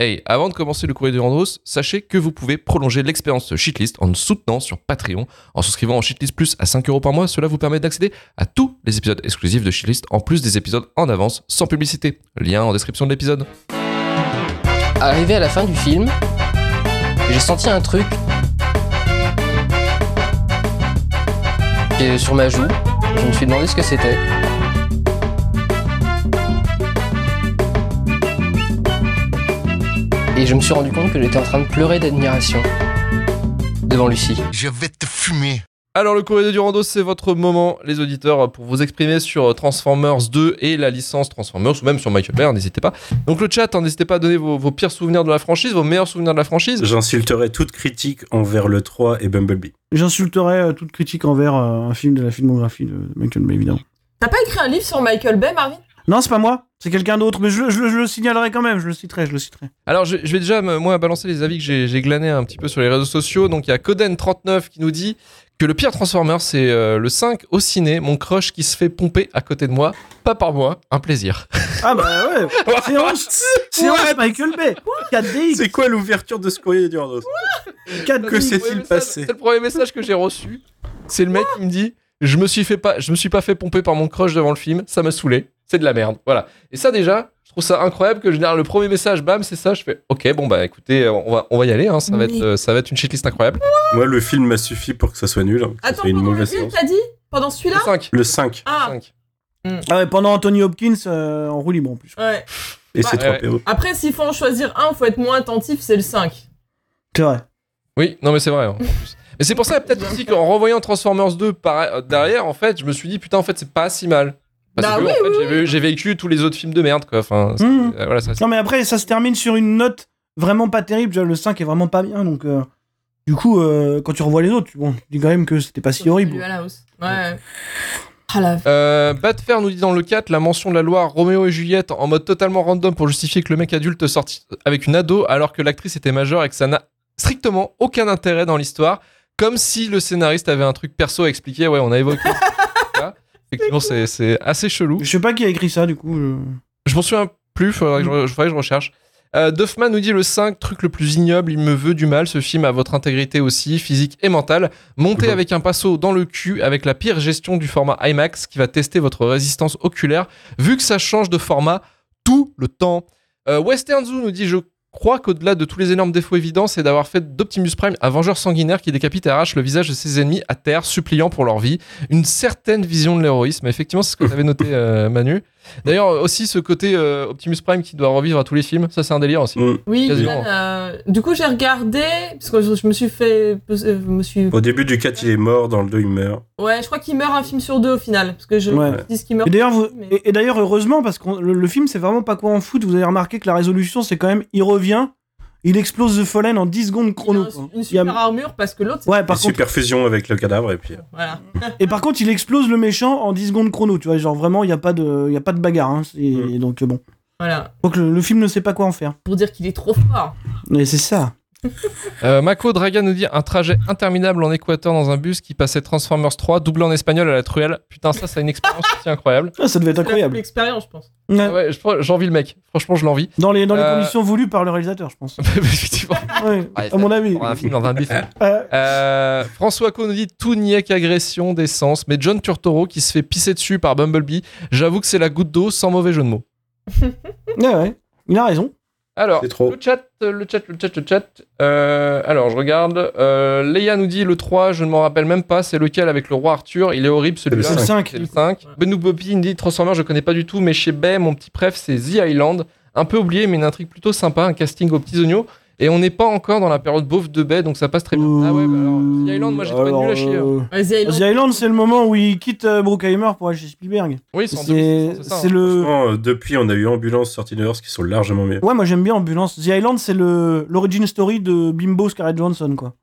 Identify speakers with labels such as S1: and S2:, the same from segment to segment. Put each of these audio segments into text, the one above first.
S1: Hey, avant de commencer le courrier de Randros, sachez que vous pouvez prolonger l'expérience shitlist en nous soutenant sur Patreon. En souscrivant en shitlist plus à 5 euros par mois, cela vous permet d'accéder à tous les épisodes exclusifs de shitlist en plus des épisodes en avance sans publicité. Lien en description de l'épisode.
S2: Arrivé à la fin du film, j'ai senti un truc Et sur ma joue. Je me suis demandé ce que c'était. Et je me suis rendu compte que j'étais en train de pleurer d'admiration devant Lucie.
S3: Je vais te fumer.
S1: Alors le courrier de Durando, c'est votre moment, les auditeurs, pour vous exprimer sur Transformers 2 et la licence Transformers, ou même sur Michael Bay, hein, n'hésitez pas. Donc le chat, hein, n'hésitez pas à donner vos, vos pires souvenirs de la franchise, vos meilleurs souvenirs de la franchise.
S4: J'insulterai toute critique envers le 3 et Bumblebee.
S5: J'insulterai euh, toute critique envers euh, un film de la filmographie de de Michael Bay, évidemment.
S6: T'as pas écrit un livre sur Michael Bay, Marvin
S5: Non, c'est pas moi, c'est quelqu'un d'autre, mais je, le- je le- je le signalerai quand même, je le citerai, je le citerai.
S1: Alors, je, je vais déjà, me- moi, balancer les avis que j'ai j'ai glanés un petit peu sur les réseaux sociaux. Donc, il y a Coden39 qui nous dit que le pire Transformer, c'est euh, le 5 au ciné, mon crush qui se fait pomper à côté de moi, pas par moi, un plaisir.
S5: Ah bah ouais, c'est Hans, c'est
S4: What
S5: Hans Michael Bay, 4DX,
S4: C'est quoi l'ouverture de ce courrier du Randos
S1: Bah
S5: 4DX.
S4: Que s'est-il
S1: Ouais, mais ça,
S4: passé
S1: C'est le premier message que j'ai reçu. C'est le mec qui me dit je me, suis fait pas, je me suis pas fait pomper par mon crush devant le film, ça m'a saoulé, c'est de la merde. Voilà. Et ça, déjà, je trouve ça incroyable que général, le premier message, bam, c'est ça. Je fais ok, bon, bah écoutez, on va, on va y aller, hein, ça, va être,
S6: Mais-
S1: euh, ça va être une shitlist incroyable.
S4: Moi, le film m'a suffi pour que ça soit nul. hein, que ça
S6: Attends,
S4: soit une
S6: pendant
S4: mauvaise
S6: lequel
S4: séance.
S6: t'as dit Pendant celui-là
S1: Le 5.
S4: Le 5.
S6: Ah,
S1: 5.
S5: Ah ouais, pendant Anthony Hopkins euh, en roue libre en plus.
S6: ouais.
S4: Et
S6: Bah,
S4: c'est 3
S1: ouais.
S4: PO.
S6: Après, s'il faut en choisir un, faut être moins attentif, c'est le 5.
S5: C'est vrai.
S1: Oui, non mais c'est vrai. en plus. Mais c'est pour ça peut-être aussi qu'en renvoyant Transformers 2 par- euh, derrière, en fait, je me suis dit putain, en fait, c'est pas si mal. Parce
S6: Bah
S1: que
S6: oui, Mmh.
S1: en fait, j'ai vu- j'ai vécu tous les autres films de merde, quoi. Enfin, c'est-
S5: Mhm.
S1: euh, voilà, ça-
S5: Non mais après, ça se termine sur une note vraiment pas terrible, déjà, le 5 est vraiment pas bien, donc euh, du coup, euh, quand tu revois les autres, tu- bon, tu dis quand même que c'était pas si
S6: Lui à
S5: horrible.
S6: la hausse. Ouais. Ah la
S1: Euh, Batfer nous dit dans le 4 la mention de la Loire Roméo et Juliette en mode totalement random pour justifier que le mec adulte sorti avec une ado alors que l'actrice était majeure et que ça n'a strictement aucun intérêt dans l'histoire, comme si le scénariste avait un truc perso à expliquer. Ouais, on a évoqué. ça. Effectivement, c'est c'est assez chelou.
S5: Je sais pas qui a écrit ça, du coup. je-
S1: Je m'en souviens plus, faudrait que je, faudrait que je recherche. Euh, Duffman nous dit le 5, truc le plus ignoble, il me veut du mal, ce film à votre intégrité aussi, physique et mentale. Montez
S4: Mhm.
S1: avec un pinceau dans le cul, avec la pire gestion du format IMAX qui va tester votre résistance oculaire, vu que ça change de format tout le temps. Euh, Western Zoo nous dit je crois qu'au-delà de tous les énormes défauts évidents, c'est d'avoir fait d'Optimus Prime un vengeur sanguinaire qui décapite et arrache le visage de ses ennemis à terre, suppliant pour leur vie. Une certaine vision de l'héroïsme, effectivement, c'est ce que tu avais noté, euh, Manu. D'ailleurs, euh, aussi ce côté euh, Optimus Prime qui doit revivre à tous les films, ça c'est un délire aussi.
S4: Mm.
S6: Oui,
S1: Quasiment.
S6: Dylan, euh, du coup, j'ai regardé, parce que je, je me suis fait. euh, Je me suis...
S4: Au début du 4, il est mort. Dans le 2, il meurt.
S6: Ouais, je crois qu'il meurt un film sur deux au final, parce que je
S5: Ouais.
S6: ils disent qu'il meurt.
S5: Et d'ailleurs, vous-
S6: Mais-
S5: et, et d'ailleurs, heureusement, parce que le, le film, c'est vraiment pas quoi en foot. Vous avez remarqué que la résolution, c'est quand même, il revient, il explose The Fallen en 10 secondes
S6: Il a
S5: chrono.
S6: un-
S5: quoi.
S6: une
S5: hein. Il y a-
S6: super armure parce que l'autre, c'est-
S5: Ouais, par
S4: Et
S5: contre,
S4: super fusion avec le cadavre. Et puis, euh,
S6: voilà.
S5: et par contre, il explose le méchant en 10 secondes chrono. Tu vois, genre vraiment, il y a pas de, il y a pas de bagarre. Hein, C'est-
S4: Mm.
S5: Donc euh, bon,
S6: voilà.
S5: donc le, le film ne sait pas quoi en faire.
S6: Pour dire qu'il est trop fort.
S5: Mais c'est ça.
S1: Euh, Mako Draga nous dit un trajet interminable en Équateur dans un bus qui passait Transformers 3, doublé en espagnol à la truelle. Putain, ça, c'est une expérience aussi incroyable.
S5: Ah, ça devait être incroyable.
S6: L'expérience, je pense.
S5: Ouais.
S1: Ouais, je crois- j'envie le mec. Franchement, je l'envie.
S5: Dans les, dans les
S1: Euh,
S5: conditions voulues par le réalisateur, je pense.
S1: Effectivement,
S5: Ouais,
S1: Ouais,
S5: à mon avis.
S1: on a un film dans un bus.
S5: Euh,
S1: Euh, François Co nous dit tout niais qu'agression d'essence, mais John Turturro qui se fait pisser dessus par Bumblebee, j'avoue que c'est la goutte d'eau sans mauvais jeu de mots.
S5: ouais, ouais. Il a raison.
S1: Alors,
S4: C'est trop.
S1: le chat, euh, le chat, le chat, le chat. Euh, alors, je regarde. Euh, Leia nous dit le 3, je ne m'en rappelle même pas, c'est lequel avec le roi Arthur, il est
S4: Ah,
S1: horrible celui-là.
S5: C'est le
S4: cinq.
S5: 5.
S1: C'est le 5.
S6: Ouais.
S1: Benou Bobby nous dit Transformers, je connais pas du tout, mais chez Bay, mon petit préf, c'est The Island. Un peu oublié, mais une intrigue plutôt sympa, un casting aux petits oignons. Et on n'est pas encore dans la période beauf de Bay, donc ça passe très bien. Ah ouais, bah alors, The Island,
S5: Euh,
S1: moi j'ai trouvé nul à chier. hein.
S6: Ouais, The Island.
S5: The Island, c'est le moment où il quitte euh, Bruckheimer pour aller chez Spielberg.
S1: Oui, c'est en 2016,
S5: euh, C'est
S1: c'est ça,
S5: c'est
S1: hein.
S5: le.
S4: franchement, euh, depuis, on a eu Ambulance, Sortie de Hearth qui sont largement mieux.
S5: Ouais, moi j'aime bien Ambulance. The Island, c'est le l'origin story de Bimbo Scarlett Johnson, quoi.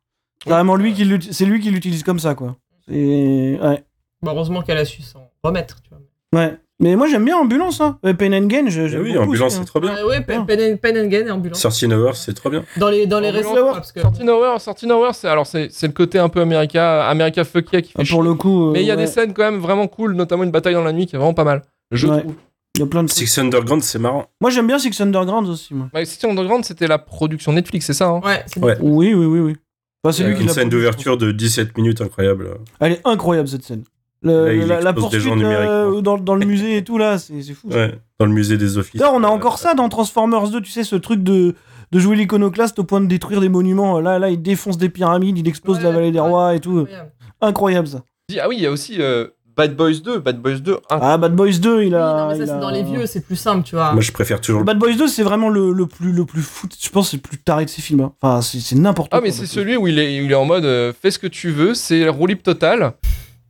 S5: C'est
S1: Oui.
S5: vraiment lui qui l'uti- c'est lui qui l'utilise comme ça, quoi. C'est- ouais,
S6: Bah, heureusement qu'elle a su s'en remettre, tu
S5: Ah
S6: vois.
S5: ouais. Mais moi j'aime bien Ambulance, hein. Euh, Pain and Gain, je-
S4: Eh
S5: j'aime
S4: oui,
S5: beaucoup
S4: Ambulance,
S5: aussi,
S4: c'est
S5: hein.
S4: trop bien.
S6: Ouais, ouais, Pen, Pen and- Pen and Gain et Ambulance.
S4: Sortie de Hearth, c'est trop bien.
S6: Dans les, dans les
S1: Ambulance.
S6: restaurants, parce que.
S1: Sortie Nowhere, Sortie Nowhere, c'est alors c'est c'est le côté un peu America, America fuck yeah qui fait
S5: Ah,
S1: chier.
S5: pour le coup. euh,
S1: Mais il y a
S5: ouais.
S1: des scènes quand même vraiment cool, notamment une bataille dans la nuit qui est vraiment pas mal. Je
S5: Ouais.
S1: trouve.
S5: Il y a plein de trucs.
S4: Six Underground, c'est marrant.
S5: Moi, j'aime bien Six Underground aussi, moi.
S1: Bah, City Underground, c'était la production Netflix, c'est ça hein
S6: Ouais, c'est
S4: Ouais.
S5: Oui, oui, oui, oui. Enfin,
S1: Il y
S5: c'est
S1: a
S5: lui
S4: Avec
S5: qui
S4: une
S5: l'a
S4: scène
S5: produit, je pense.
S4: d'ouverture de 17 minutes incroyable.
S5: Elle est incroyable cette scène. Le-
S4: Là, il
S5: la, la
S4: expose des
S5: poursuite
S4: gens numériques,
S5: euh, dans, dans le musée et tout là, c'est c'est fou. ça.
S4: Ouais, dans le musée des offices.
S5: D'ailleurs, on a
S4: Euh,
S5: encore ça dans Transformers 2, tu sais, ce truc de, de jouer l'iconoclaste au point de détruire des monuments. Là, là, il défonce des pyramides, il explose
S6: Ouais,
S5: la vallée des
S6: ouais.
S5: rois et tout.
S6: incroyable.
S5: Incroyable ça.
S1: Ah oui, il y a aussi euh, Bad Boys 2. Bad Boys 2, un-
S5: Ah, Bad Boys 2, il
S6: Oui,
S5: a.
S6: non, mais ça,
S5: il a-
S6: c'est dans les vieux, c'est plus simple, tu vois.
S4: Moi, je préfère toujours le.
S5: Bad Boys 2, c'est vraiment le, le plus le plus fou. Je pense que c'est le plus taré de ces films. hein. Enfin, c'est c'est n'importe quoi. hein.
S1: Ah, mais c'est celui où il est, il est en mode euh, fais ce que tu veux, c'est roulip total.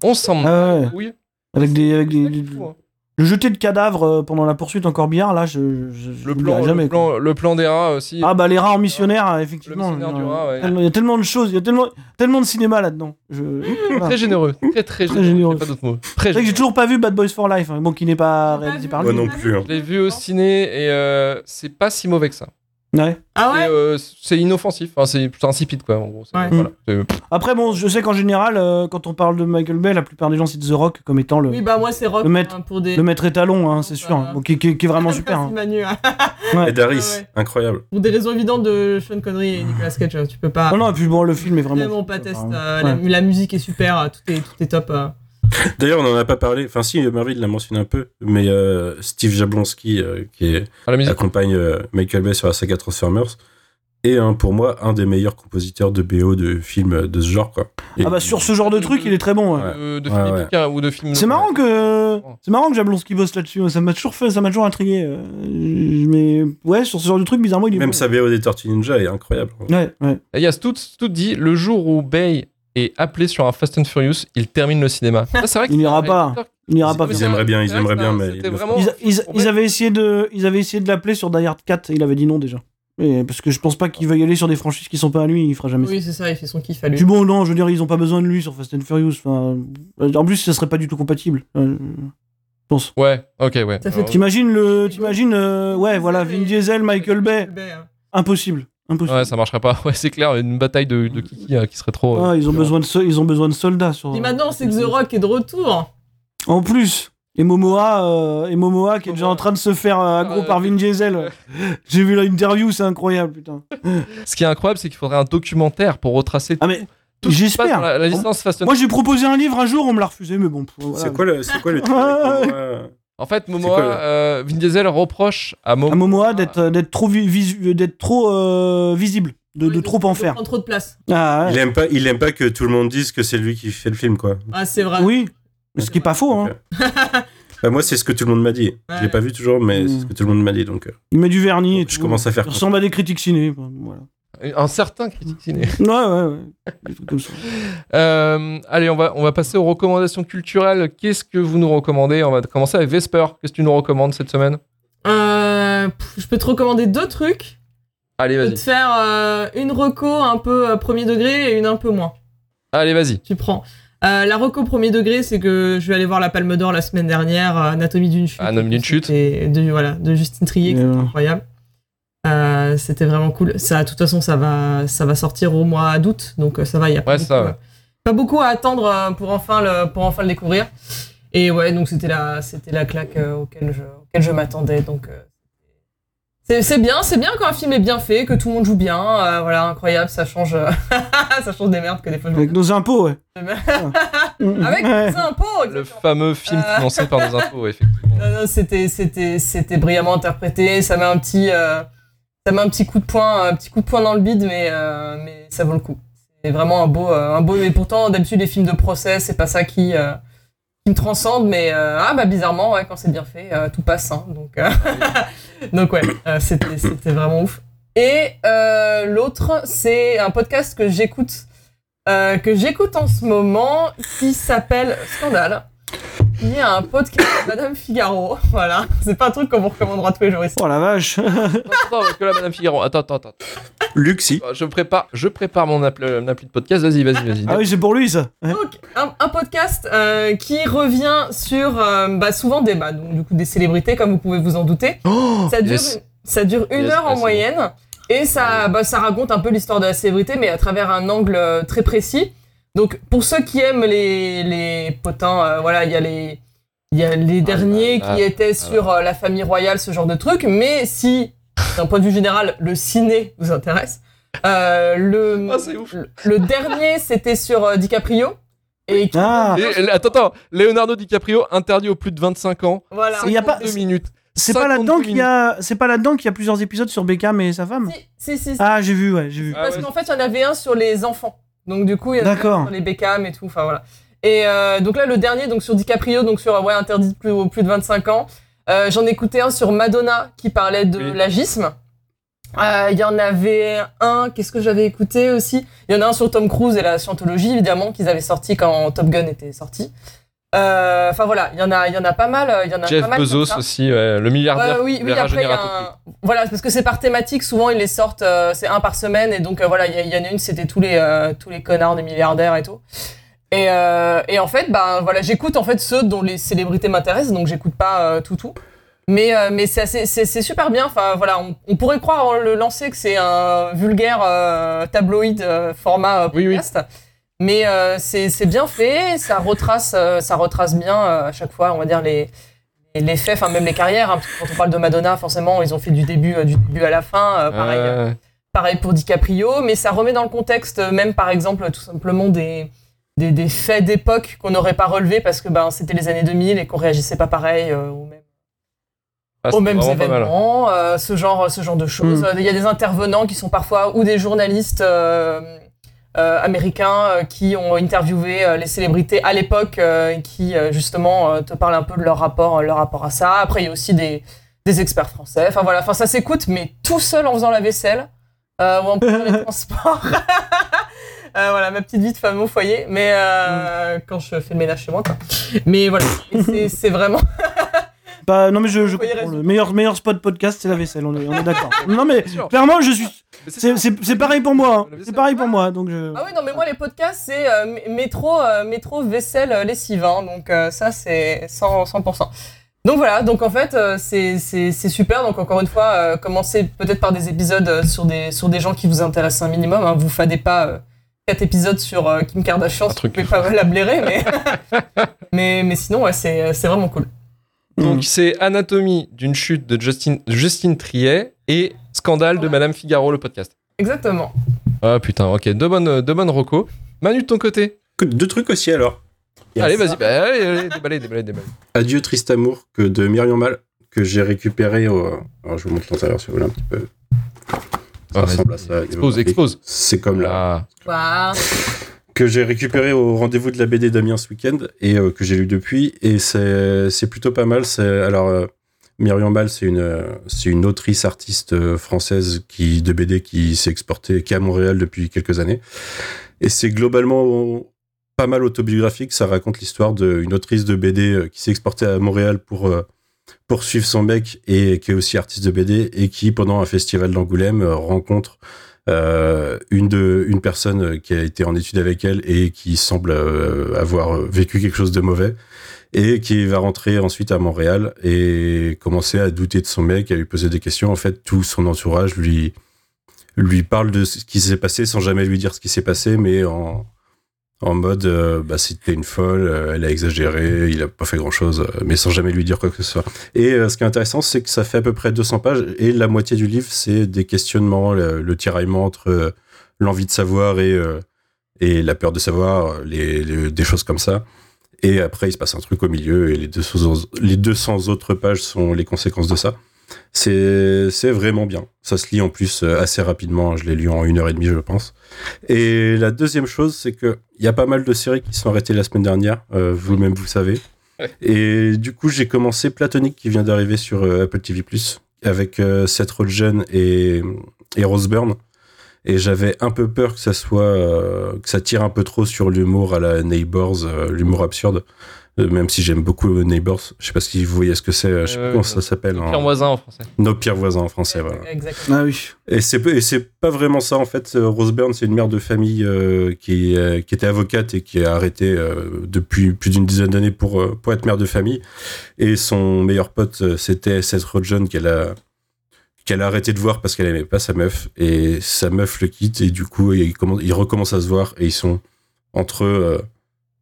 S1: On s'en
S5: Ah ouais,
S1: Oui,
S5: avec des, avec des, des-
S1: le
S5: le jeter de cadavres euh, pendant la poursuite encore billard là, je, je, je
S1: plan,
S5: l'oublierai jamais.
S1: le,
S5: quoi.
S1: plan, le plan des rats aussi.
S5: Ah bah les rats en missionnaire, effectivement.
S1: Le missionnaire du
S5: euh,
S1: rat, ouais.
S5: tellement- Il y a tellement de choses, il y a tellement, tellement de cinéma là-dedans. Je... voilà.
S1: Très
S5: C'est
S1: généreux, très très généreux.
S5: bah. généreux.
S1: j'ai Pas d'autre mot. Très
S5: vrai que j'ai
S1: généreux.
S5: toujours pas vu Bad Boys for Life, hein, bon qui n'est pas
S6: J'ai
S5: réalisé
S6: pas
S5: par
S6: vu.
S5: lui.
S4: Moi non plus. hein.
S1: Je l'ai vu au ciné et euh, c'est pas si mauvais que ça.
S5: Ouais.
S6: Ah
S1: Et,
S6: ouais
S1: euh, c'est inoffensif, enfin, c'est c'est insipide quoi en gros. c'est-
S6: Ouais.
S1: voilà. C'est- euh,
S5: Après bon, je sais qu'en général, euh, quand on parle de Michael Bay, la plupart des gens citent The Rock comme étant le,
S6: Oui, bah moi, c'est rock
S5: Le maître-
S6: hein, pour des.
S5: le maître étalon, hein, c'est sûr, hein,
S6: Voilà.
S5: bon, qui, qui- qui est vraiment super. hein.
S6: Merci, Manu, hein.
S4: Et Daris,
S6: Ah ouais.
S4: incroyable.
S6: Pour des raisons évidentes de Sean Connery et Nicolas Cage, hein, tu peux pas.
S5: Oh Non, non, et puis bon, le film est vraiment.
S6: Vraiment pas test. euh,
S5: hein. Ouais.
S6: la, la musique est super, euh, tout est, tout est top. euh.
S4: D'ailleurs, on en a pas parlé. Enfin, si, Marvel l'a mentionné un peu, mais euh, Steve Jablonski, euh, qui est-
S1: Ah, la musique.
S4: accompagne euh, Michael Bay sur la saga Transformers, est un- pour moi un des meilleurs compositeurs de BO de films euh, de ce genre. Quoi. Et-
S5: Ah bah sur ce genre de truc, il est très bon. ouais.
S4: Ouais.
S1: de, de
S4: Ouais,
S1: Philippe
S4: ouais.
S1: Picard ou de films.
S5: C'est marrant que
S1: Ouais.
S5: c'est marrant que Jablonski bosse là-dessus. hein. Ça m'a toujours fait, ça m'a toujours intrigué. euh, Mais ouais, sur ce genre de truc, bizarrement, il est
S4: Même
S5: bon.
S4: sa BO des Tortues Ninja est incroyable.
S5: Ouais, ouais.
S1: Et Il y a Stout, Stout dit le jour où Bay est appelé sur un Fast and Furious, il termine le cinéma. Ah, c'est vrai
S5: Il n'ira pas. Il n'ira pas.
S4: Ils
S5: faire
S1: c'est
S5: ça.
S4: aimeraient
S1: vrai-
S4: bien,
S1: c'est
S4: ils
S1: vrai
S4: aimeraient
S1: Oh, que ça-
S4: bien, mais
S1: C'était
S4: ils le
S1: vraiment.
S5: Ils, ils-
S1: on
S5: ils
S1: met-
S5: avaient essayé de, ils avaient essayé de l'appeler sur Die Hard 4 et il avait dit non déjà. Et parce que je pense pas qu'il veuille aller sur des franchises qui sont pas à lui, il fera jamais ça.
S6: Oui, c'est ça, il fait son kiff à lui.
S5: Puis bon, non, je veux dire, ils ont pas besoin de lui sur Fast and Furious. Enfin, euh, en plus, ça serait pas du tout compatible. Euh, je pense.
S1: Ouais, ok, ouais.
S6: Ça fait
S1: Alors,
S5: T'imagines le, t'imagines, euh, ouais, voilà, Vin Diesel, Michael Bay,
S6: hein.
S5: impossible, impossible.
S1: Ouais, ça marcherait pas. Ouais, c'est clair, une bataille de, de Kiki euh, qui serait trop. euh,
S5: Ah, ils ont besoin de, so- ils ont besoin de soldats sur.
S6: Et maintenant, c'est que
S5: Oh.
S6: The Rock est de retour.
S5: En plus. Et Momoa, euh, et Momoa qui est déjà
S1: Momoa.
S5: en train de se faire euh, aggro
S1: Euh,
S5: par Vin Diesel. J'ai vu l'interview, c'est incroyable, putain.
S1: Ce qui est incroyable, c'est qu'il faudrait un documentaire pour retracer
S5: Ah mais
S1: tout ce qui se passe
S5: j'espère.
S1: dans la, la licence Fast and
S5: Moi j'ai proposé un livre un jour, on me l'a refusé, mais bon. voilà.
S4: C'est quoi le, c'est quoi le truc avec Momoa
S1: En fait, Momoa,
S4: quoi, là
S1: euh, Vin Diesel reproche à
S5: À
S1: Momoa.
S5: Momoa d'être euh, d'être trop vi- visu- d'être trop euh, visible, de, de
S6: Il
S5: trop en faire.
S6: prend trop de place.
S5: Ah, ouais.
S4: Il aime pas, il aime pas que tout le monde dise que c'est lui qui fait le film, quoi.
S6: Ah, c'est vrai.
S5: Oui, mais ce qui est pas faux. Hein.
S4: Ok. Bah, moi, c'est ce que tout le monde m'a dit. Je l'ai pas vu toujours, mais
S5: Mm.
S4: c'est ce que tout le monde m'a dit. Donc, euh,
S5: Il met du vernis et
S4: je
S5: tout.
S4: commence à faire.
S5: Il ressemble à des critiques ciné. Voilà.
S1: Euh, Un certain critique ciné.
S5: Ouais, ouais, ouais. Des trucs comme ça.
S1: Euh, allez, on va, on va passer aux recommandations culturelles. Qu'est-ce que vous nous recommandez On va commencer avec Vesper. Qu'est-ce que tu nous recommandes cette semaine
S6: Euh, pff, je peux te recommander deux trucs.
S1: Allez,
S6: Je peux
S1: vas-y.
S6: te faire euh, une reco un peu euh, premier degré et une un peu moins.
S1: Allez, vas-y.
S6: Tu prends. Euh, la reco premier degré, c'est que je vais aller voir la Palme d'Or la semaine dernière, euh, Anatomie d'une chute.
S1: Anatomie d'une Ah, chute.
S6: Et de, voilà, de Justine Trier, qui
S5: Et
S6: est
S5: voilà.
S6: incroyable. Euh, C'était vraiment cool. Ça, de toute façon, ça va, ça va sortir au mois d'août, donc euh, ça va. Il y a pas,
S1: Ouais,
S6: beaucoup,
S1: ça,
S6: euh,
S1: ouais.
S6: pas beaucoup à attendre euh, pour enfin le, pour enfin le découvrir. Et ouais, donc c'était la, c'était la claque euh, auquel je, auquel je m'attendais. Donc euh, c'est c'est bien, c'est bien quand un film est bien fait, que tout le monde joue bien. euh, voilà, incroyable, ça change, euh, ça change des merdes que des fois je
S5: Avec nos impôts, ouais. Mm,
S6: avec
S5: ouais.
S6: les impôts
S1: Le
S6: exactement.
S1: fameux film
S6: Euh.
S1: financé par nos impôts, effectivement.
S6: Non, non, c'était c'était c'était brillamment interprété ça met un petit euh, ça met un petit coup de poing un petit coup de poing dans le bide mais euh, mais ça vaut le coup c'est vraiment un beau euh, un beau mais pourtant d'habitude les films de procès c'est pas ça qui euh, qui me transcende mais euh, ah bah bizarrement ouais, quand c'est bien fait euh, tout passe hein, donc euh, donc ouais euh, c'était c'était vraiment ouf et euh, l'autre c'est un podcast que j'écoute euh, que j'écoute en ce moment qui s'appelle Scandale il y a un podcast de Madame Figaro, voilà. C'est pas un truc qu'on vous recommandera tous les jours ici.
S5: Oh la vache.
S1: Attends, parce que là, Madame Figaro, attends, attends, attends.
S4: Luxi.
S1: Je prépare, je prépare mon, appel- mon appli de podcast. Vas-y, vas-y, vas-y.
S5: Ah oui, c'est pour lui ça. Ouais.
S6: Donc, un, un podcast euh, qui revient sur euh, bah, souvent des, bah, donc, du coup, des célébrités, comme vous pouvez vous en douter.
S4: Oh
S6: ça, dure,
S1: yes.
S6: ça dure une
S1: Yes,
S6: heure
S1: bah,
S6: en
S1: c'est
S6: moyenne. Et ça, bah, ça raconte un peu l'histoire de la célébrité, mais à travers un angle euh, très précis. Donc, pour ceux qui aiment les, les potins, euh, voilà, il y a les, Il y a les derniers
S1: Ah, là,
S6: qui étaient sur euh, la famille royale, ce genre de truc. Mais si, d'un point de vue général, le ciné vous intéresse, euh, le,
S1: Ah, c'est ouf.
S6: le, le dernier, c'était sur euh, DiCaprio. Et qui-
S5: Ah,
S1: Et- attends, attends, Leonardo DiCaprio interdit aux plus de 25 ans.
S6: voilà.
S5: Il y a pas-
S1: 52 minutes.
S5: c'est pas
S1: 52
S5: là-dedans qu'il y
S1: minutes.
S5: a, c'est pas là-dedans qu'il y a plusieurs épisodes sur Beckham et sa femme.
S6: Si, si, si, si.
S5: Ah, j'ai vu, ouais, j'ai vu.
S1: Ah
S6: Parce
S1: ouais.
S6: qu'en fait, il y en avait un sur les enfants. Donc du coup, il y en avait
S5: D'accord.
S6: un sur les Beckham et tout. Enfin voilà. Et euh, donc là, le dernier, donc sur DiCaprio, donc sur euh, ouais, interdit plus, aux plus de 25 ans. Euh, J'en écoutais un sur Madonna qui parlait de
S1: Oui.
S6: l'agisme. Euh, Il y en avait un, qu'est-ce que j'avais écouté aussi Il y en a un sur Tom Cruise et la scientologie, évidemment, qu'ils avaient sorti quand Top Gun était sorti. Euh, Enfin voilà, il y en a, il y en a pas mal. euh, Il y en a pas
S1: Jeff
S6: mal comme
S1: Bezos
S6: ça.
S1: aussi, ouais, le milliardaire.
S6: Ouais, oui,
S1: qui
S6: oui,
S1: verra
S6: après, il y a
S1: Générateur Club.
S6: un- Voilà, parce que c'est par thématique, souvent ils les sortent, euh, c'est un par semaine, et donc euh, voilà, il y, a- il y en a une, c'était tous les, euh, tous les connards des milliardaires et tout. Et, euh, et en fait, ben voilà, j'écoute en fait ceux dont les célébrités m'intéressent, donc j'écoute pas euh, tout tout. Mais, euh, mais c'est, assez- c'est, c'est super bien, enfin voilà, on, on pourrait croire avant le lancer que c'est un vulgaire euh, tabloïd euh, format euh,
S1: Oui, oui.
S6: podcast. Mais euh, c'est, c'est bien fait, ça retrace, euh, ça retrace bien euh, à chaque fois, on va dire, les, et les faits, enfin même les carrières, hein, parce que quand on parle de Madonna, forcément, ils ont fait du début, euh, du début à la fin, euh, pareil, euh,
S1: Euh,
S6: pareil pour DiCaprio, mais ça remet dans le contexte, euh, même par exemple, tout simplement des, des, des faits d'époque qu'on n'aurait pas relevés parce que ben, c'était les années 2000 et qu'on réagissait pas pareil euh, aux mêmes,
S1: ah,
S5: Oh,
S6: aux
S1: c'est
S6: mêmes
S1: vraiment pas mal.
S6: événements, euh, ce, genre, ce genre de choses. Euh, Il y a des intervenants qui sont parfois ou des journalistes. euh, euh, américains euh, qui ont interviewé euh, les célébrités à l'époque euh, et qui euh, justement euh, te parlent un peu de leur rapport, euh, leur rapport à ça. Après, il y a aussi des, des experts français. Enfin voilà, enfin ça s'écoute, mais tout seul en faisant la vaisselle euh, ou en prenant les transports. Euh, voilà ma petite vie de femme au foyer, mais euh, quand je fais le ménage chez moi. Quoi. Mais voilà, Et c'est- c'est vraiment.
S5: Bah, non, mais je, je
S6: Vous voyez
S5: comprends.
S6: raison.
S5: Le meilleur, meilleur spot podcast, c'est la vaisselle, on est, on est d'accord. non, mais
S1: sûr.
S5: clairement, je suis.
S1: Mais c'est-
S5: C'est, c'est- c'est pareil pour moi. hein.
S1: La vaisselle.
S5: C'est pareil pour moi, donc je.
S6: Ah oui, non, mais moi les podcasts c'est euh, mé- métro, euh, métro, vaisselle, euh, lessive, hein. donc euh, ça c'est 100%, 100%. Donc voilà, donc en fait euh, c'est- c'est c'est super, donc encore une fois, euh, commencez peut-être par des épisodes euh, sur des, sur des gens qui vous intéressent un minimum, hein. vous fadez pas euh, quatre épisodes sur euh, Kim Kardashian,
S1: Un
S6: si
S1: truc.
S6: vous pouvez pas la blairer, mais, mais, mais sinon ouais, c'est c'est vraiment cool.
S5: Mm.
S1: Donc c'est Anatomie d'une chute de Justin, Justine Triet et Scandale de Madame Figaro, le podcast.
S6: Exactement.
S1: Ah putain, ok, deux bonnes, euh, deux bonnes recos. Manu de ton côté.
S4: Que- Deux trucs aussi alors. Yes.
S1: Allez, vas-y, bah, allez, allez, déballez, déballez, déballez.
S4: Adieu triste amour que de Myriam Mal que j'ai récupéré. Au... Alors je vous montre l'intérieur si vous voulez un petit peu. Ça
S1: Ah,
S4: ressemble à
S1: vas-y.
S4: ça.
S1: Expose, expose.
S4: C'est comme là.
S1: Ah,
S6: Waouh.
S4: Que j'ai récupéré au rendez-vous de la BD Damien ce week-end et euh, que j'ai lu depuis. Et c'est c'est plutôt pas mal. C'est alors. euh, Myriam Ball, c'est une, euh, c'est une autrice artiste euh, française qui, de BD qui s'est exportée, qui est à Montréal depuis quelques années. Et c'est globalement euh, pas mal autobiographique. Ça raconte l'histoire d'une autrice de BD euh, qui s'est exportée à Montréal pour euh, poursuivre son mec et qui est aussi artiste de BD et qui, pendant un festival d'Angoulême, euh, rencontre euh, une, de, une personne euh, qui a été en étude avec elle et qui semble euh, avoir euh, vécu quelque chose de mauvais et qui va rentrer ensuite à Montréal et commencer à douter de son mec, à lui poser des questions. En fait, tout son entourage lui, lui parle de ce qui s'est passé sans jamais lui dire ce qui s'est passé, mais en, en mode euh, bah, c'était une folle, euh, elle a exagéré, il a pas fait grand chose, mais sans jamais lui dire quoi que ce soit. Et euh, ce qui est intéressant, c'est que ça fait à peu près 200 pages et la moitié du livre, c'est des questionnements, le, le tiraillement entre euh, l'envie de savoir et, euh, et la peur de savoir, les- les- des choses comme ça. Et après, il se passe un truc au milieu et les 200, les 200 autres pages sont les conséquences de ça. C'est c'est vraiment bien. Ça se lit en plus euh, assez rapidement. Je l'ai lu en une heure et demie, je pense. Et la deuxième chose, c'est que il y a pas mal de séries qui sont arrêtées la semaine dernière. euh, Vous-même, vous le savez. Et du coup, j'ai commencé Platonique qui vient d'arriver sur euh, Apple TV+, avec euh, Seth Rogen et, et Rose Byrne. Et j'avais un peu peur que ça soit, euh, que ça tire un peu trop sur l'humour à la Neighbors, euh, l'humour absurde. Euh, même si j'aime beaucoup euh, Neighbors, je sais pas si vous voyez ce que c'est, euh, je sais
S1: Ouais,
S4: pas
S1: ouais,
S4: comment
S1: ouais.
S4: ça s'appelle.
S1: le
S4: en-
S1: pire voisin en français.
S4: Nos pires voisins en français, voilà.
S6: Exactement.
S5: Ah oui.
S4: Et c'est peu- et c'est pas vraiment ça en fait. Euh, Rose Byrne, c'est une mère de famille euh, qui, euh, qui était avocate et qui est arrêtée euh, depuis plus d'une dizaine d'années pour, euh, pour être mère de famille. Et son meilleur pote, euh, c'était Seth Rogen qu'elle a qu'elle a arrêté de voir parce qu'elle aimait pas sa meuf et sa meuf le quitte et du coup ils, commen- ils recommencent à se voir et ils sont entre eux, euh,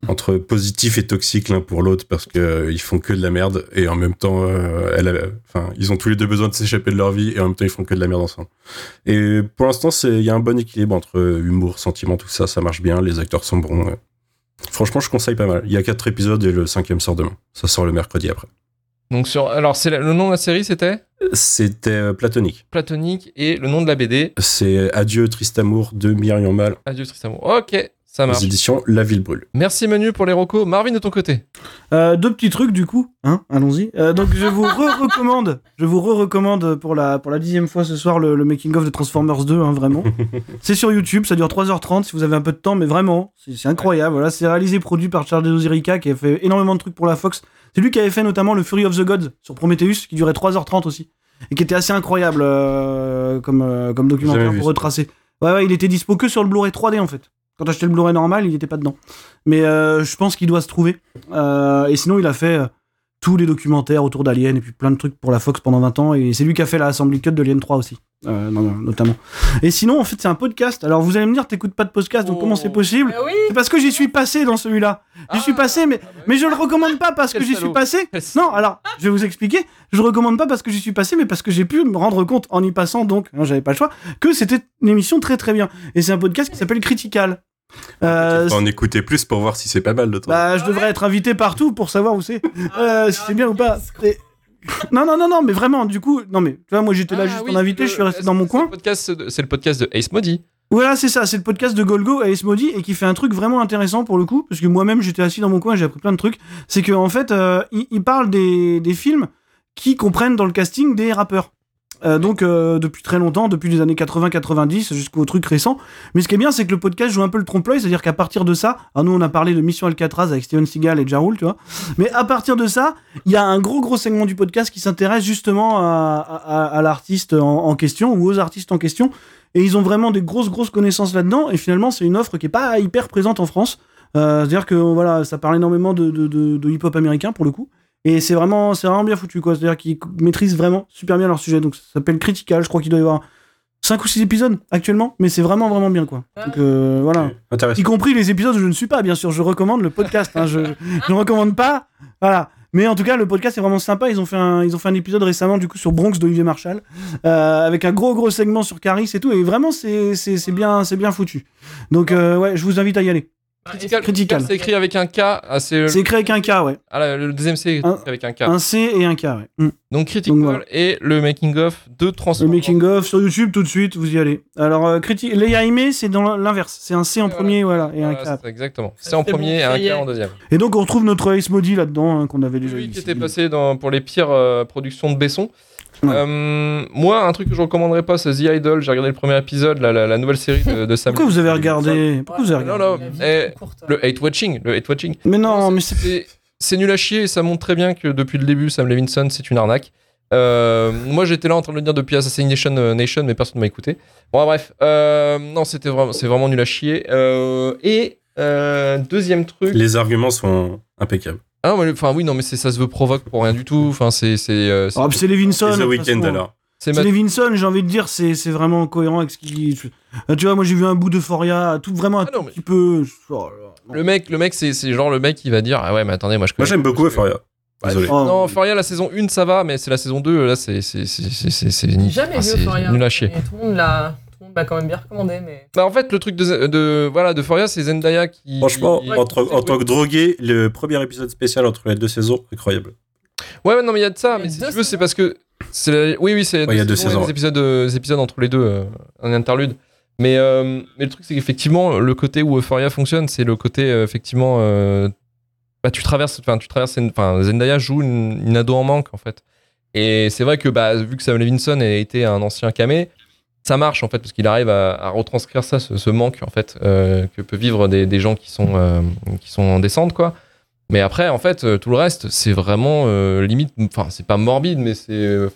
S4: entre positif et toxique l'un pour l'autre parce que euh, ils font que de la merde et en même temps euh, elle a- enfin ils ont tous les deux besoin de s'échapper de leur vie et en même temps ils font que de la merde ensemble et pour l'instant c'est il y a un bon équilibre entre euh, humour sentiment tout ça ça marche bien les acteurs sont bons ouais. franchement je conseille pas mal il y a quatre épisodes et le cinquième sort demain ça sort le mercredi après
S1: Donc sur, alors c'est la- le nom de la série c'était
S4: c'était euh, platonique
S1: Platonique et le nom de la BD
S4: c'est adieu triste amour de Myriam Mal
S1: Adieu Tristamo. Ok, ça
S4: aux
S1: marche.
S4: éditions La Ville Brûle
S1: Merci Manu pour les recos. Marvin de ton côté.
S5: Euh, deux petits trucs du coup, hein, allons-y. Euh, donc je vous re-recommande, je vous re-recommande pour la, pour la dixième fois ce soir le, making-of de Transformers 2, hein, vraiment. c'est sur YouTube, ça dure 3h30 si vous avez un peu de temps, mais vraiment, c'est c'est incroyable. Voilà, c'est réalisé et produit par Charles Ozirica qui a fait énormément de trucs pour la Fox. C'est lui qui avait fait notamment le Fury of the Gods sur Prometheus qui durait 3h30 aussi et qui était assez incroyable euh, comme, euh, comme documentaire
S4: J'avais vu
S5: pour
S4: ça.
S5: retracer. Ouais, ouais, il était dispo que sur le Blu-ray 3D en fait. Quand t'achetais le Blu-ray normal, il n'était pas dedans. Mais euh, je pense qu'il doit se trouver. Euh, et sinon, il a fait euh, tous les documentaires autour d'Alien et puis plein de trucs pour la Fox pendant 20 ans. Et c'est lui qui a fait la Assembly Cut de Alien 3 aussi, euh, non, non, notamment. Et sinon, en fait, c'est un podcast. Alors vous allez me dire, t'écoutes pas de podcast, donc
S1: Oh. Ah.
S5: comment c'est possible
S6: Ah oui
S5: C'est parce que j'y suis passé dans celui-là. J'y suis passé, mais, mais je le recommande pas parce que
S1: Quel
S5: j'y suis
S1: salaud.
S5: passé. Non, alors, je vais vous expliquer. Je le recommande pas parce que j'y suis passé, mais parce que j'ai pu me rendre compte en y passant, donc hein, j'avais pas le choix, que c'était une émission très très bien. Et c'est un podcast qui s'appelle Critical. Euh,
S4: on en écouter plus pour voir si c'est pas mal de temps
S5: bah, je devrais être invité partout pour savoir où c'est, euh, si c'est bien ou
S6: Ah,
S5: pas. Et- Non, non, non, non, mais vraiment, du coup, non, mais tu vois, moi
S1: Ah
S5: j'étais là juste en invité, je suis resté dans mon coin.
S1: C'est le podcast de Ace Modi.
S5: Voilà, c'est ça, c'est le podcast de Golgo à Esmodi et qui fait un truc vraiment intéressant pour le coup, parce que moi-même j'étais assis dans mon coin, j'ai appris plein de trucs. C'est que en fait, euh, il, il parle des, des films qui comprennent dans le casting des rappeurs. Euh, donc euh, depuis très longtemps, depuis les années 80-90 jusqu'au truc récent. Mais ce qui est bien, c'est que le podcast joue un peu le trompe-l'œil, c'est-à-dire qu'à partir de ça, alors nous on a parlé de Mission Alcatraz avec Steven Seagal et Ja Rule, tu vois. Mais à partir de ça, il y a un gros gros segment du podcast qui s'intéresse justement à, à- à- à l'artiste en- en question ou aux artistes en question et ils ont vraiment des grosses grosses connaissances là-dedans et finalement c'est une offre qui est pas hyper présente en France Euh, c'est-à-dire que voilà ça parle énormément de, de- de- de hip-hop américain pour le coup et c'est vraiment c'est vraiment bien foutu quoi c'est-à-dire qu'ils maîtrisent vraiment super bien leur sujet donc ça s'appelle Critical je crois qu'il doit y avoir 5 ou 6 épisodes actuellement mais c'est vraiment vraiment bien quoi donc euh, voilà
S4: intéressant
S5: y compris les épisodes où je ne suis pas bien sûr je recommande le podcast hein, je, je ne recommande pas voilà mais en tout cas, le podcast est vraiment sympa. Ils ont fait un, ils ont fait un épisode récemment du coup sur Bronx d'Olivier Marshall, euh, avec un gros gros segment sur Caris et tout. Et vraiment, c'est c'est c'est bien, c'est bien foutu. Donc euh, ouais, je vous invite à y aller.
S1: Critical.
S5: Critical.
S1: C'est écrit avec un K. Ah, c'est
S5: C'est écrit avec un K, ouais,
S1: ah, là, le deuxième c'est écrit
S5: Un-
S1: avec un K.
S5: un C et un K, ouais. Mm.
S1: Donc Critical
S5: Donc, voilà.
S1: et le making of de
S5: Le
S1: Transformers.
S5: making of sur YouTube tout de suite, vous y allez. Alors euh, criti- les Aimé, c'est dans l'inverse, c'est un C en
S1: Voilà.
S5: premier, voilà, et un
S1: Voilà,
S5: K.
S1: c'est- exactement. C'est
S6: Ça,
S1: en
S6: Ah, c'est bon,
S1: premier
S6: ça y
S1: et un
S6: est.
S1: K en deuxième.
S5: Et donc on retrouve notre Ace Modi là-dedans hein, qu'on avait déjà.
S1: Lui qui
S5: ici.
S1: était passé dans, pour les pires euh, productions de Besson.
S5: Ouais.
S1: Euh, moi, un truc que je recommanderais pas, c'est The Idol. J'ai regardé le premier épisode, la, la- la nouvelle série de, de Sam.
S5: Pourquoi vous avez regardé Pourquoi vous avez
S1: Non,
S5: regardé
S1: non,
S6: La vie
S1: eh,
S6: est courte. hein.
S1: Le hate watching, le hate watching.
S5: Mais non, Oh, mais c'est Ah,
S1: c'est c'est nul à chier et ça montre très bien que depuis le début, Sam Levinson, c'est une arnaque. Euh, moi, j'étais là en train de le dire depuis Assassination euh, Nation, mais personne ne m'a écouté. Bon, bref, euh, non, c'était vraiment, c'est vraiment nul à chier. Euh, et euh, deuxième truc.
S4: les arguments sont impeccables
S1: Ah, mais le- enfin oui, non, mais c'est ça se veut provoque pour rien du tout. Enfin, c'est c'est euh, c'est
S5: Ah, puis c'est
S4: et
S5: Levinson.
S4: The
S5: de toute
S4: Weeknd
S5: façon.
S4: alors
S1: c'est
S5: C'est
S1: ma-
S5: Levinson, j'ai envie de dire, c'est c'est vraiment cohérent avec ce qu'il. Euh, Tu vois, moi j'ai vu un bout d'euphoria, tout vraiment un
S1: Ah non, mais-
S5: petit peu. oh là là, non.
S1: le mec, le mec, c'est c'est genre le mec qui va dire ah ouais, mais attendez, moi je
S4: moi
S1: connais.
S4: j'aime beaucoup Euphoria désolé
S5: Oh.
S1: Non, Euphoria, la saison 1, ça va, mais c'est la saison 2, là, c'est. c'est- c'est- c'est- c'est- c'est
S6: J'ai
S1: ni-
S6: jamais
S1: ah,
S6: vu
S1: c'est
S6: Euphoria.
S1: nul à chier.
S6: Et tout le monde l'a tout le monde l'a quand même bien recommandé, mais.
S1: Bah, en fait, le truc de, de voilà, de Euphoria, c'est Zendaya qui.
S4: Franchement,
S1: qui-
S4: en, tant- en tant que drogué, le premier épisode spécial entre les deux saisons, incroyable.
S1: Ouais, ouais, non, mais il y a de ça,
S6: Il y a
S1: mais si
S6: deux
S1: tu veux, c'est
S6: saisons.
S1: parce que. c'est la- Oui, oui, c'est.
S4: Ouais, il y a deux saisons,
S1: et Des
S4: ouais.
S1: épisodes, euh, des épisodes entre les deux, euh, un interlude. Mais, euh, mais le truc, c'est qu'effectivement, le côté où Euphoria fonctionne, c'est le côté, euh, effectivement. euh, bah, tu traverses. Enfin, tu traverses. une- Enfin, Zendaya joue une, une ado en manque, en fait. Et c'est vrai que, bah, vu que Sam Levinson a été un ancien camé, ça marche, en fait, parce qu'il arrive à, à retranscrire ça, ce, ce manque, en fait, euh, que peut vivre des, des gens qui sont, euh, qui sont en descente, quoi. Mais après, en fait, euh, tout le reste, c'est vraiment euh, limite. Enfin, c'est pas morbide, mais c'est. euh,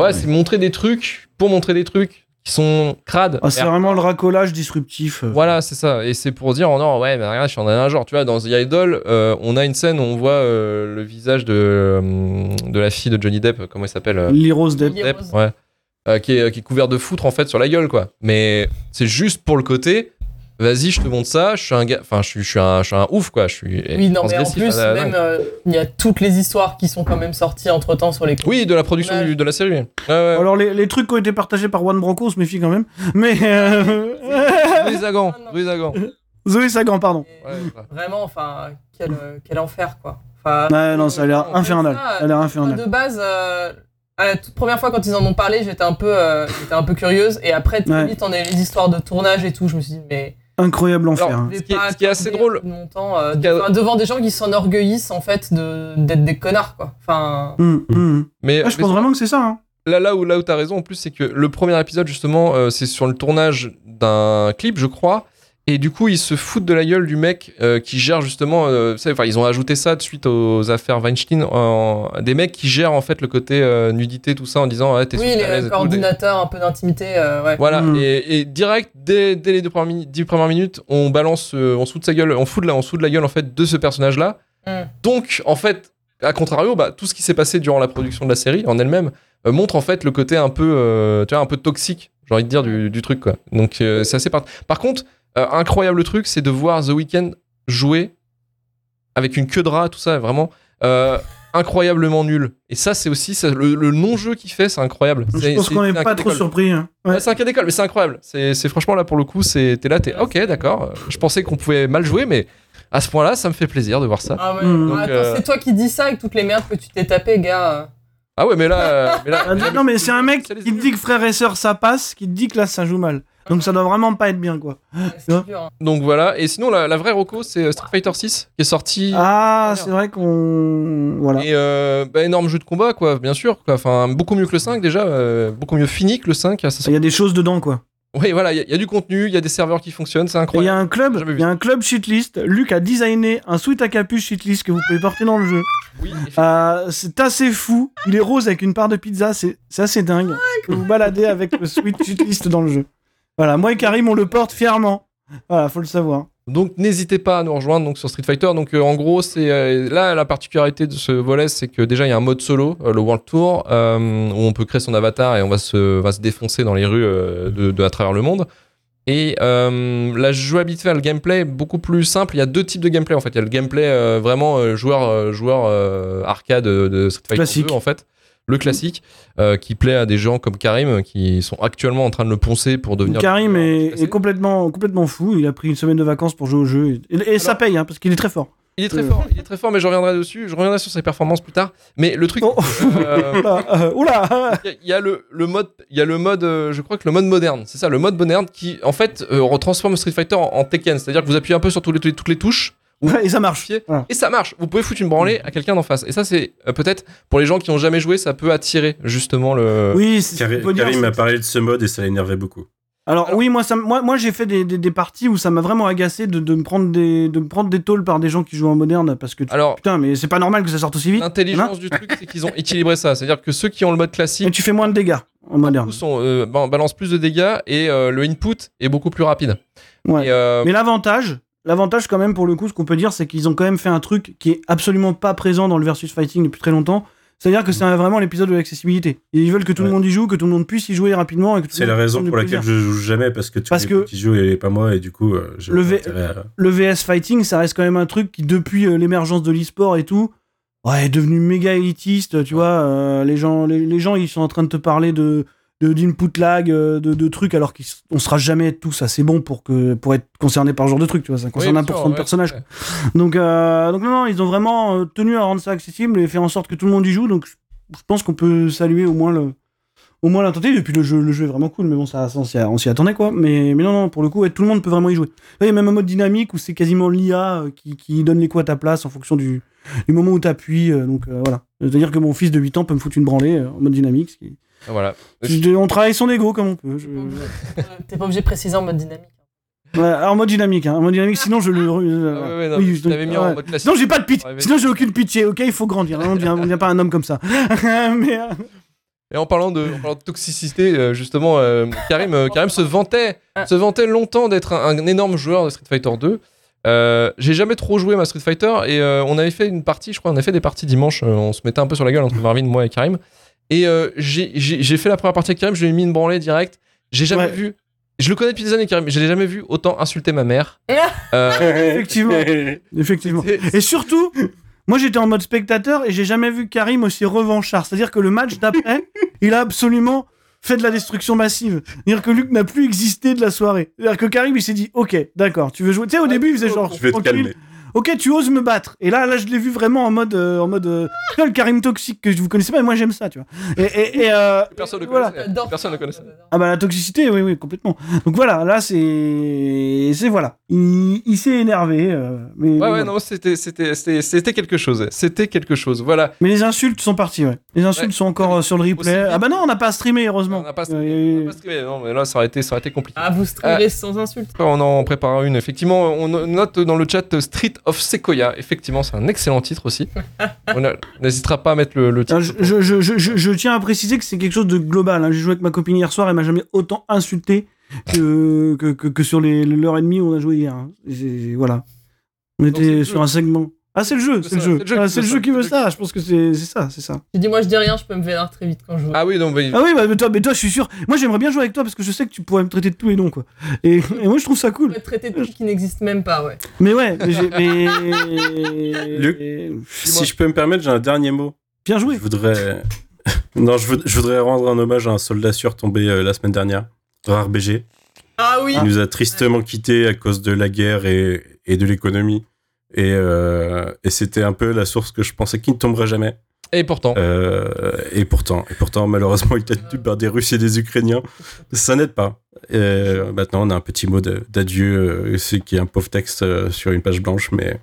S1: ouais, c'est montrer des trucs pour montrer des trucs qui sont crades.
S5: Ah, c'est
S1: Et
S5: vraiment le racolage disruptif. euh.
S1: voilà, c'est ça. Et c'est pour dire, oh non, ouais, mais regarde, je suis en un genre. Tu vois, dans The Idol, euh, on a une scène où on voit euh, le visage de, euh, de la fille de Johnny Depp, comment elle s'appelle euh,
S5: Lily Rose Depp.
S6: Lily
S1: Depp,
S6: Rose.
S1: euh, ouais. Euh, qui, est, qui est couvert de foutre en fait sur la gueule quoi. Mais c'est juste pour le côté. vas-y, je te montre ça, je suis un gars, enfin, je suis, je suis un, je suis un ouf, quoi. Je suis
S6: Oui, non, mais en
S1: transgressif hein, Ah,
S6: plus,
S1: à la dingue.
S6: même, euh, il y a toutes les histoires qui sont quand même sorties entre temps sur les
S1: Oui, de la production du- de la série. Ouais, ouais.
S5: Alors, les, les trucs qui ont été partagés par Juan Branco, on se méfie quand même. Mais. euh,
S1: Louis Hagan,
S6: Ah,
S1: Louis Hagan.
S5: Zoé Sagan, pardon.
S1: Ouais,
S5: Ah,
S1: ouais.
S6: Vraiment, enfin, quel, euh, quel enfer, quoi. Enfin,
S5: Ouais, non, ça a l'air
S6: Non,
S5: infernal.
S6: ça,
S5: Ça a l'air infernal.
S6: de base, euh, à la toute première fois quand ils en ont parlé, j'étais un peu, euh, j'étais un peu curieuse. Et après, très
S5: Ouais.
S6: vite, on a eu les histoires de tournage et tout. Je me suis dit, mais
S5: Incroyable enfer.
S1: Alors,
S5: hein.
S6: je vais
S1: Ce qui est-
S6: pas
S1: ce qui est assez
S6: accorder
S1: drôle.
S6: mon temps, euh,
S1: Ce qui est-
S6: enfin, devant des gens qui s'enorgueillissent en fait de d'être des connards, quoi. Enfin,
S5: Hum, hum.
S1: Mais,
S5: Ouais, je
S1: mais
S5: pense vraiment que c'est ça. hein.
S1: là, là où, là où t'as raison, en plus, c'est que le premier épisode, justement, euh, c'est sur le tournage d'un clip, je crois. Et du coup, ils se foutent de la gueule du mec euh, qui gère justement. euh, vous savez, enfin, ils ont ajouté ça de suite aux affaires Weinstein. en- des mecs qui gèrent en fait le côté euh, nudité, tout ça, en disant ah, t'es
S6: oui,
S1: super à l'aise
S6: les
S1: et tout, des-
S6: coordinateurs, un peu d'intimité, euh, ouais.
S1: Voilà,
S5: Mm.
S1: et, et direct, dès, dès les deux premières, minu- dix premières minutes, on balance, euh, on se fout de sa gueule, on fout de la, on se fout de la gueule en fait de ce personnage-là.
S6: Mm.
S1: Donc, en fait, à contrario, bah, tout ce qui s'est passé durant la production de la série en elle-même euh, montre en fait le côté un peu, euh, tu vois, un peu toxique, j'ai envie de dire, du, du truc quoi. Donc, euh, c'est assez par. Par contre, euh, incroyable truc, c'est de voir The Weeknd jouer avec une queue de rat, tout ça, vraiment. euh, incroyablement nul et ça c'est aussi ça- le, le non-jeu qu'il fait c'est incroyable
S5: Je
S1: C'est-
S5: pense
S1: c'est
S5: qu'on n'est
S1: un cas
S5: pas trop
S1: d'école.
S5: surpris. hein. Ouais.
S1: Ouais, c'est un cas d'école, mais c'est incroyable. C'est c'est- franchement là pour le coup, c'est t'es là, t'es ok, d'accord. euh, Je pensais qu'on pouvait mal jouer, mais à ce point-là, ça me fait plaisir de voir ça.
S6: Ah ouais,
S5: Mm.
S6: ah,
S1: Donc,
S6: attends,
S1: euh,
S6: c'est toi qui dis ça avec toutes les merdes que tu t'es tapé, gars.
S1: Ah ouais, mais là, euh, mais là-
S5: Ah, non, mais c'est un mec
S1: Ça
S5: qui
S1: les
S5: te dit que frère et sœur ça passe, qui te dit que là ça joue mal. Donc ça doit vraiment pas être bien quoi.
S6: C'est dur. hein.
S1: Donc voilà. Et sinon, la, la vraie Rocco, c'est euh, Street Fighter 6 qui est sorti.
S5: Ah, c'est vrai qu'on. Voilà.
S1: Et euh, bah, énorme jeu de combat, quoi, bien sûr. Quoi. Enfin, beaucoup mieux que le 5 déjà, euh, beaucoup mieux fini que le 5. ça se-
S5: Il y a des choses dedans quoi.
S1: Ouais, voilà, il y a- il y, a du contenu, il y a des serveurs qui fonctionnent, c'est
S5: Et Il y
S1: incroyable.
S5: a un club,
S1: Jamais vu
S5: il y a un club shitlist. Luc a designé un sweat à capuche shitlist que vous pouvez porter dans le jeu.
S1: Oui,
S5: Euh, c'est assez fou. Il est rose avec une part de pizza, c'est c'est assez dingue. Que vous baladez avec le sweat shitlist dans le jeu. Voilà, moi et Karim on le porte fièrement. Voilà, faut le savoir.
S1: Donc n'hésitez pas à nous rejoindre donc, sur Street Fighter. Donc euh, en gros, c'est euh, là la particularité de ce volet, c'est que déjà il y a un mode solo, euh, le World Tour, euh, où on peut créer son avatar et on va se, va se défoncer dans les rues euh, de, de- à travers le monde. Et euh, la jouabilité, le gameplay est beaucoup plus simple. Il y a deux types de gameplay en fait. Il y a le gameplay euh, vraiment euh, joueur, euh, joueur euh, arcade euh, de Street Fighter
S5: Classique.
S1: 2 en fait. Le classique euh, qui plaît à des gens comme Karim euh, qui sont actuellement en train de le poncer pour devenir.
S5: Karim
S1: le
S5: est,
S1: meilleur classique.
S5: est complètement, complètement fou. Il a pris une semaine de vacances pour jouer au jeu. Et, et ça
S1: Alors-
S5: paye, hein, parce qu'il est très fort.
S1: Il est très
S5: Euh.
S1: fort, il est très fort, mais je reviendrai dessus. Je reviendrai sur ses performances plus tard. Mais le truc,
S5: Oh.
S1: euh,
S5: Oula, euh, oula
S1: il y a- il y a le, le mode, il y a le mode, euh, je crois que le mode moderne, c'est ça, le mode moderne qui, en fait, euh, retransforme Street Fighter en, en Tekken, c'est-à-dire que vous appuyez un peu sur tous les- toutes les, touches. vous
S5: Et ça marche.
S1: appuyez,
S5: Voilà.
S1: Et ça marche. Vous pouvez foutre une branlée à quelqu'un d'en face. Et ça, c'est euh, peut-être pour les gens qui n'ont jamais joué, ça peut attirer justement le.
S5: Oui, c'est
S4: Karim
S5: c'est bonheur,
S4: Karim
S5: c'est-
S4: m'a parlé de ce mode et ça l'énervait beaucoup.
S5: Alors oui, moi, ça, m- moi, moi j'ai fait des, des, des parties où ça m'a vraiment agacé de, de me prendre des, de me prendre des tôles par des gens qui jouent en moderne parce que tu-
S1: Alors,
S5: putain, mais c'est pas normal que ça sorte aussi vite.
S1: l'intelligence du truc, c'est qu'ils ont équilibré ça, c'est-à-dire que ceux qui ont le mode classique.
S5: Et tu fais moins de dégâts en moderne.
S1: du coup, sont, euh, ban- balancent plus de dégâts et euh, le input est beaucoup plus rapide.
S5: Ouais.
S1: Et, euh,
S5: Mais l'avantage, l'avantage quand même pour le coup, ce qu'on peut dire, c'est qu'ils ont quand même fait un truc qui est absolument pas présent dans le versus fighting depuis très longtemps. C'est-à-dire que c'est vraiment l'épisode de l'accessibilité. Et Ils veulent que tout le
S4: Mhm. Ouais.
S5: monde y joue, que tout le monde puisse y jouer rapidement. et que tout
S4: C'est
S5: le
S4: la
S5: monde
S4: raison
S5: prenne du
S4: pour laquelle
S5: plaisir.
S4: je joue jamais parce que tous
S5: Parce
S4: les
S5: que-
S4: petits jouent et pas moi et du coup euh, j'ai
S5: Le
S4: pas
S5: V-
S4: intérêt à-
S5: le VS fighting, ça reste quand même un truc qui, depuis euh, l'émergence de l'e-sport et tout, ouais, est devenu méga élitiste. Tu vois, euh, les gens, les, les gens, ils sont en train de te parler de de- d'input lag, euh, de, de trucs, alors qu'on sera jamais tous assez bons pour que pour être concerné par ce genre de truc. Tu vois, ça
S1: oui,
S5: concerne
S1: bien
S5: 1%
S1: sûr,
S5: de
S1: ouais,
S5: personnages.
S1: ouais.
S5: Donc, euh, donc non, non, ils ont vraiment euh, tenu à rendre ça accessible et faire en sorte que tout le monde y joue. Donc, je je pense qu'on peut saluer au moins le, au moins la tentative. Et puis le jeu, le jeu est vraiment cool, mais bon, ça, ça, on s'y- on s'y attendait quoi. Mais, mais non, non, pour le coup, ouais, tout le monde peut vraiment y jouer. Là, il y a même un mode dynamique où c'est quasiment l'IA euh, qui, qui donne les coups à ta place en fonction du, du moment où t'appuies. euh, donc euh, voilà. C'est-à-dire que mon fils de 8 ans peut me foutre une branlée euh, en mode dynamique. ce qui-
S1: Voilà.
S5: Je- on travaille son ego comme on peut. je-
S1: Mm.
S6: T'es pas obligé de préciser en mode dynamique.
S5: Ouais, alors, en mode dynamique, hein, en mode dynamique, sinon je le. euh,
S1: Ah
S5: voilà.
S1: ouais, ouais, non,
S5: Oui,
S1: mais
S5: je-
S1: je l'avais mis en
S5: ouais.
S1: mode classique.
S5: Sinon, j'ai pas de pitch.
S1: Ouais, mais-
S5: Sinon, j'ai aucune pitié. Ok, il faut grandir. hein, On devient, on devient pas un homme comme ça. Mais, euh,
S1: Et en parlant de, en parlant de toxicité, euh, justement, euh, Karim, euh, Karim se vantait, se vantait longtemps d'être un, un énorme joueur de Street Fighter 2. Euh, j'ai jamais trop joué ma Street Fighter et euh, on avait fait une partie, je crois, on avait fait des parties dimanche. euh, on se mettait un peu sur la gueule entre Marvin, moi et Karim. Et euh, j'ai- j'ai j'ai fait la première partie avec Karim, je lui ai mis une branlée direct. J'ai jamais
S5: Ouais.
S1: vu Je le connais depuis des années, Karim, mais je l'ai jamais vu autant insulter ma mère. Euh,
S5: Effectivement. Effectivement. Et surtout, moi j'étais en mode spectateur et j'ai jamais vu Karim aussi revanchard. C'est-à-dire que le match d'après, il a absolument fait de la destruction massive. C'est-à-dire que Luc n'a plus existé de la soirée. C'est-à-dire que Karim il s'est dit Ok, d'accord, tu veux jouer. Tu sais, au
S6: Ouais,
S5: début il faisait genre
S4: oh, Je vais te
S5: tranquille.
S4: calmer.
S5: Ok, tu oses me battre. Et là, là, je l'ai vu vraiment en mode, euh, en mode, euh, tu vois, le Karim toxique que je vous connaissais pas, mais moi j'aime ça, tu vois. Et, et- et, euh,
S1: Personne ne le
S5: Voilà.
S1: connaissait.
S6: J'adore
S1: Personne
S6: ça,
S1: ne connaissait.
S6: j'adore.
S5: ah bah la toxicité, oui, oui, complètement. Donc voilà, là c'est, c'est voilà, il, il s'est énervé, euh, mais
S1: Ouais, ouais,
S5: voilà.
S1: non, c'était, c'était, c'était, c'était quelque chose. C'était quelque chose. Voilà.
S5: mais les insultes sont parties, ouais. Les insultes
S1: Ouais.
S5: sont encore euh, sur le
S1: Aussi
S5: replay.
S1: bien.
S5: Ah bah non, on n'a pas streamé, heureusement.
S1: On n'a pas
S5: Euh,
S1: streamé, on n'a pas streamé, Non, mais là, ça aurait été, ça aurait été compliqué.
S6: Ah, vous streamez sans insulte.
S1: Après, on en prépare une. Effectivement, on note dans le chat Street of Sequoia. Effectivement, c'est un excellent titre aussi. on a- n'hésitera pas à mettre le, le titre.
S5: Ah, Je, je, je, je- je- je tiens à préciser que c'est quelque chose de global. hein. J'ai joué avec ma copine hier soir, elle m'a jamais autant insulté que, que, que, que sur les- l'heure et demie où on a joué hier. hein. J'ai- j'ai- voilà. On
S1: c'est
S5: était
S1: le
S5: sur
S1: jeu.
S5: un segment. Ah, c'est le jeu, c'est le jeu.
S1: qui
S5: Ah, C'est
S1: veut
S5: le
S1: ça.
S5: jeu qui veut ça. Je pense que c'est c'est ça, c'est ça.
S6: J'ai dit, moi je dis rien, je peux me vénère très vite quand je joue.
S1: Ah oui, non, mais
S5: Ah oui, bah, mais toi, mais toi, je suis sûr. Moi, j'aimerais bien jouer avec toi parce que je sais que tu pourrais me traiter de tous les noms, quoi. Et, et moi, je trouve ça
S6: On
S5: cool.
S6: peut être traité de trucs qui n'existent même pas, ouais.
S5: Mais ouais, mais. j'ai- mais-
S4: Si je peux me permettre, j'ai un dernier mot.
S5: Bien joué.
S4: Je voudrais. non, je, voud- je voudrais rendre un hommage à un soldat sûr tombé euh, la semaine dernière, Rare BG.
S6: Ah oui
S4: Il nous a tristement quittés à cause de la guerre et, et de l'économie. Et, euh, et c'était un peu la source que je pensais qu'il ne tomberait jamais.
S1: et pourtant.
S5: Ah,
S4: Euh, et pourtant, et pourtant, malheureusement, il est tenu par des Russes et des Ukrainiens. Ça n'aide pas. Euh, maintenant, on a un petit mot de- d'adieu, euh, c'est qui est un pauvre texte euh, sur une page blanche, mais,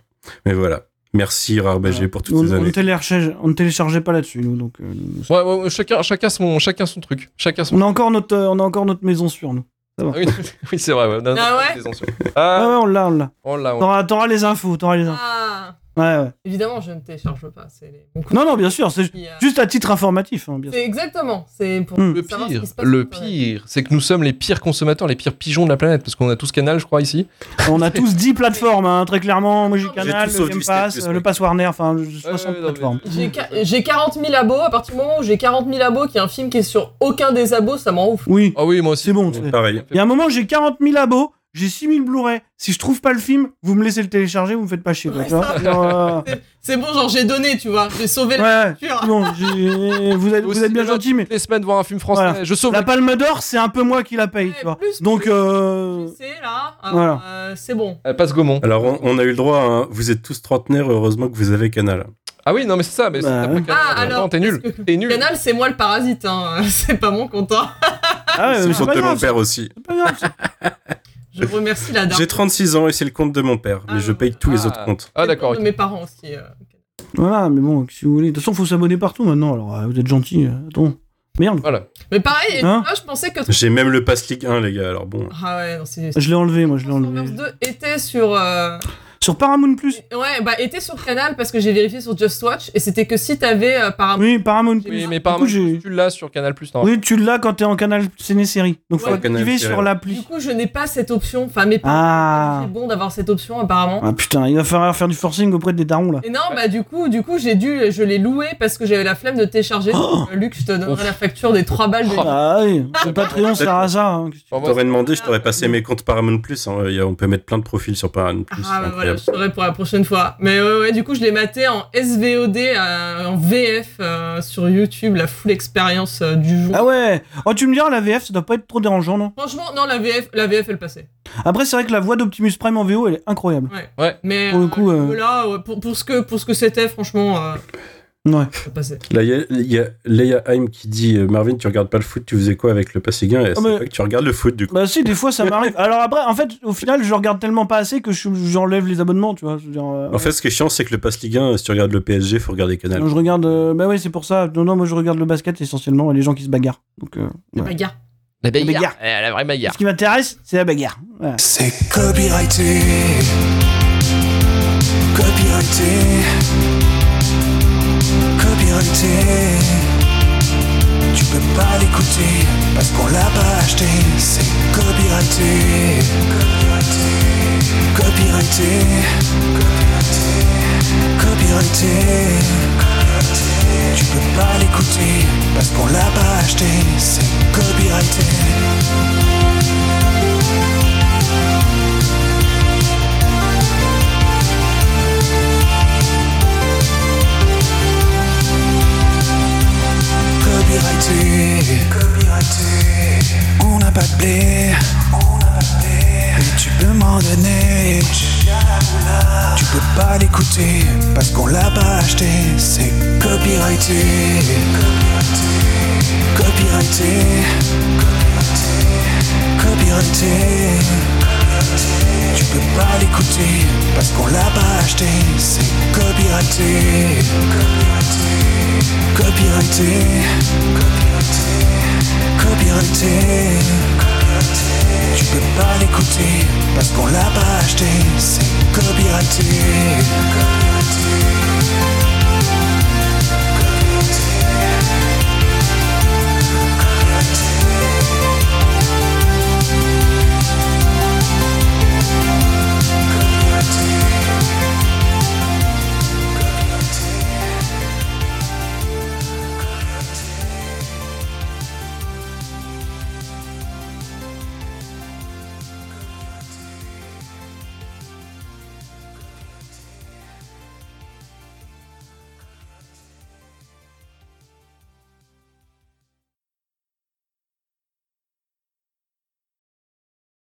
S4: mais voilà. Merci Rarbagé
S5: Voilà.
S4: pour toutes
S5: On
S4: ces
S5: on ne
S4: années.
S5: téléchargeait, on ne téléchargeait pas là-dessus, nous. Donc, euh,
S1: Ouais, ouais, ouais, chacun, chacun son, chacun son truc. Chacun son.
S5: on, a encore notre, euh, on a encore notre maison sur nous.
S1: Ah Oui, oui, c'est vrai. Ouais. Non, non,
S6: Ah ouais
S1: c'est des anciens.
S5: Ah ouais,
S1: Ah,
S5: on l'a, on l'a.
S1: on l'a. on-
S5: T'auras, t'auras les infos, t'auras les infos.
S6: Ah
S5: Ouais, ouais.
S6: Évidemment, je ne télécharge pas. C'est les- mon coup
S5: Non, non, bien sûr, c'est
S6: qui, euh,
S5: juste à titre informatif, hein, bien sûr.
S6: C'est exactement. C'est pour
S5: Hmm.
S1: Le
S6: savoir ce
S1: pire,
S6: qui se passe
S1: le
S6: sur Internet.
S1: pire, c'est que nous sommes les pires consommateurs, les pires pigeons de la planète, parce qu'on a tous Canal, je crois, ici.
S5: On a tous 10 plateformes, hein, très clairement. Moi, j'ai
S6: J'ai
S5: Canal,
S4: tout
S5: le
S4: sauf
S5: Game
S4: du
S5: Pass,
S4: Status,
S5: euh, le
S4: mec.
S5: Pass Warner, enfin, je-
S1: ouais,
S5: 60
S1: non, mais-
S5: plateformes.
S6: J'ai qua- J'ai 40 000 abos. À partir du moment où j'ai 40 000 abos, qu'il y a un film qui est sur aucun des abos, ça m'en ouf.
S5: Oui,
S1: Ah oui, moi aussi.
S5: c'est bon. tu sais.
S4: Pareil.
S5: Il y a un moment, j'ai 40 000 abos, j'ai 6 000 Blu-ray. Si je trouve pas le film, vous me laissez le télécharger, vous me faites pas chier. Quoi,
S6: Ouais,
S5: tu vois Genre, euh,
S6: C'est bon, genre j'ai donné, tu vois. J'ai sauvé
S5: ouais,
S6: la
S5: ouais.
S6: culture.
S5: Bon, j'ai- vous êtes, vous êtes bien
S1: Aussi,
S5: gentil, mais
S1: Toutes les semaines voir un film français,
S5: Voilà.
S1: je sauve.
S5: la Palme d'Or, c'est un peu moi qui la paye,
S6: Ouais,
S5: tu vois.
S6: plus,
S5: Donc,
S6: plus,
S5: euh,
S6: Tu sais, là. ah,
S5: Voilà.
S6: euh, C'est bon.
S1: Euh, Passe Gaumont.
S4: Alors, on, on a eu le droit, hein. vous êtes tous trentenaires, heureusement que vous avez Canal.
S1: Ah oui, non, mais c'est ça. Mais
S5: Bah,
S1: c'est- t'as pas
S5: ouais.
S1: Canal,
S6: Ah, alors,
S1: non, t'es nul.
S6: est-ce que-
S1: T'es nul.
S6: Canal, c'est moi le parasite, hein. c'est pas mon hein. content.
S5: ah ouais, mais
S4: c'est
S5: c'est
S4: le compte
S5: pas
S4: de mon
S5: grave,
S4: père aussi.
S5: c'est pas grave.
S6: Je remercie la dame.
S4: J'ai 36 ans et c'est le compte de mon père, mais
S6: Ah,
S4: je paye tous les
S1: Ah.
S4: autres comptes.
S1: Ah d'accord.
S6: De
S1: ok.
S6: mes parents aussi. euh.
S5: Voilà, mais bon, si vous voulez. De toute façon, faut s'abonner partout maintenant, alors euh, vous êtes gentil. Attends. Merde.
S1: Voilà.
S6: Mais pareil,
S5: Hein
S6: là, je pensais que.
S4: J'ai même le Pass Ligue 1, les gars, alors bon.
S6: Ah ouais, non, c'est.
S5: Je l'ai enlevé, moi, je l'ai
S6: Transformers
S5: enlevé.
S6: 2 était sur. euh,
S5: Sur Paramount Plus.
S6: Ouais, bah, était sur Canal parce que j'ai vérifié sur Just Watch et c'était que si t'avais euh, par
S5: Oui, Paramount Plus.
S1: Oui, mais
S5: Du
S1: par
S5: coup, j'ai-
S1: tu l'as sur Canal Plus.
S5: Oui, tu l'as quand t'es en canal ciné-série. Donc
S6: Ouais,
S5: faut
S4: Canal
S5: activer
S4: Série,
S5: sur
S4: ouais.
S6: Du
S5: l'appli.
S6: coup, je n'ai pas cette option. Enfin, mais
S5: Ah.
S6: c'est bon d'avoir cette option apparemment.
S5: Ah putain, il va falloir faire du forcing auprès des darons là.
S6: Et non, bah du coup, du coup, j'ai dû, je l'ai loué parce que j'avais la flemme de télécharger.
S5: Oh.
S6: Euh, Luc, je te donnerai
S1: Ouf.
S6: la facture des 3 balles. de-
S1: Oh.
S5: Ah oui, le Patreon sert à ça. hein.
S4: T'aurais demandé, je t'aurais passé mes comptes Paramount Plus. hein. Il y a- On peut mettre plein de profils sur Paramount Plus.
S6: Ah bah
S4: incroyable.
S6: voilà, je saurai pour la prochaine fois. Mais ouais, ouais, du coup, je l'ai maté en SVOD, euh, en VF euh, sur YouTube, la full expérience euh, du jour.
S5: Ah ouais Oh, tu me diras, la VF, ça doit pas être trop dérangeant, non
S6: Franchement, non, la VF, la VF, elle passait.
S5: Après, c'est vrai que la voix d'Optimus Prime en VO, elle est incroyable.
S6: Mais
S5: Pour le coup, euh,
S6: là, ouais, pour, pour ce que pour ce que c'était, franchement, euh,
S5: Ouais.
S6: ça passait.
S4: Là, il y a- il y, a Leia Haim qui dit euh, Marvin, tu regardes pas le foot, tu faisais quoi avec le passé gain Et c'est
S5: Ah, mais-
S4: vrai que tu regardes le foot du coup.
S5: Bah si, des fois, ça m'arrive. Alors après, en fait, au final, je regarde tellement pas assez que je- j'enlève les abonnements, tu vois. Je veux dire, euh,
S4: En fait, ce qui est chiant, c'est que le pass Ligue 1, si tu regardes le PSG, faut regarder Canal.
S5: non, je regarde... euh, bah ouais, c'est pour ça. Non, non, moi, je regarde le basket essentiellement et les gens qui se bagarrent. Donc, euh,
S6: La
S5: Ouais.
S6: bagarre.
S1: La
S5: bagarre.
S1: Eh, La vraie bagarre.
S5: ce qui m'intéresse, c'est la bagarre. Voilà.
S3: C'est copyrighté. Copyrighté. Copyrighté. Tu peux pas l'écouter parce qu'on l'a pas acheté. C'est copyrighté. Copyrighté. Copyrighté. Copyrighté. Copyrighté. Tu peux pas l'écouter parce qu'on l'a pas acheté, c'est copyrighté. Copyrighté, copyrighté. On n'a pas de blé, on n'a pas de blé. Et tu peux m'en donner, tu peux pas l'écouter parce qu'on l'a pas acheté, c'est copyrighté. Copyrighté. Copyrighté. Copyrighté. Tu peux pas l'écouter parce qu'on l'a pas acheté, c'est copyrighté. Copyrighté. Copyrighté. Copyrighté. Tu peux pas l'écouter parce qu'on l'a pas acheté, c'est copyrighté. Copyrighté.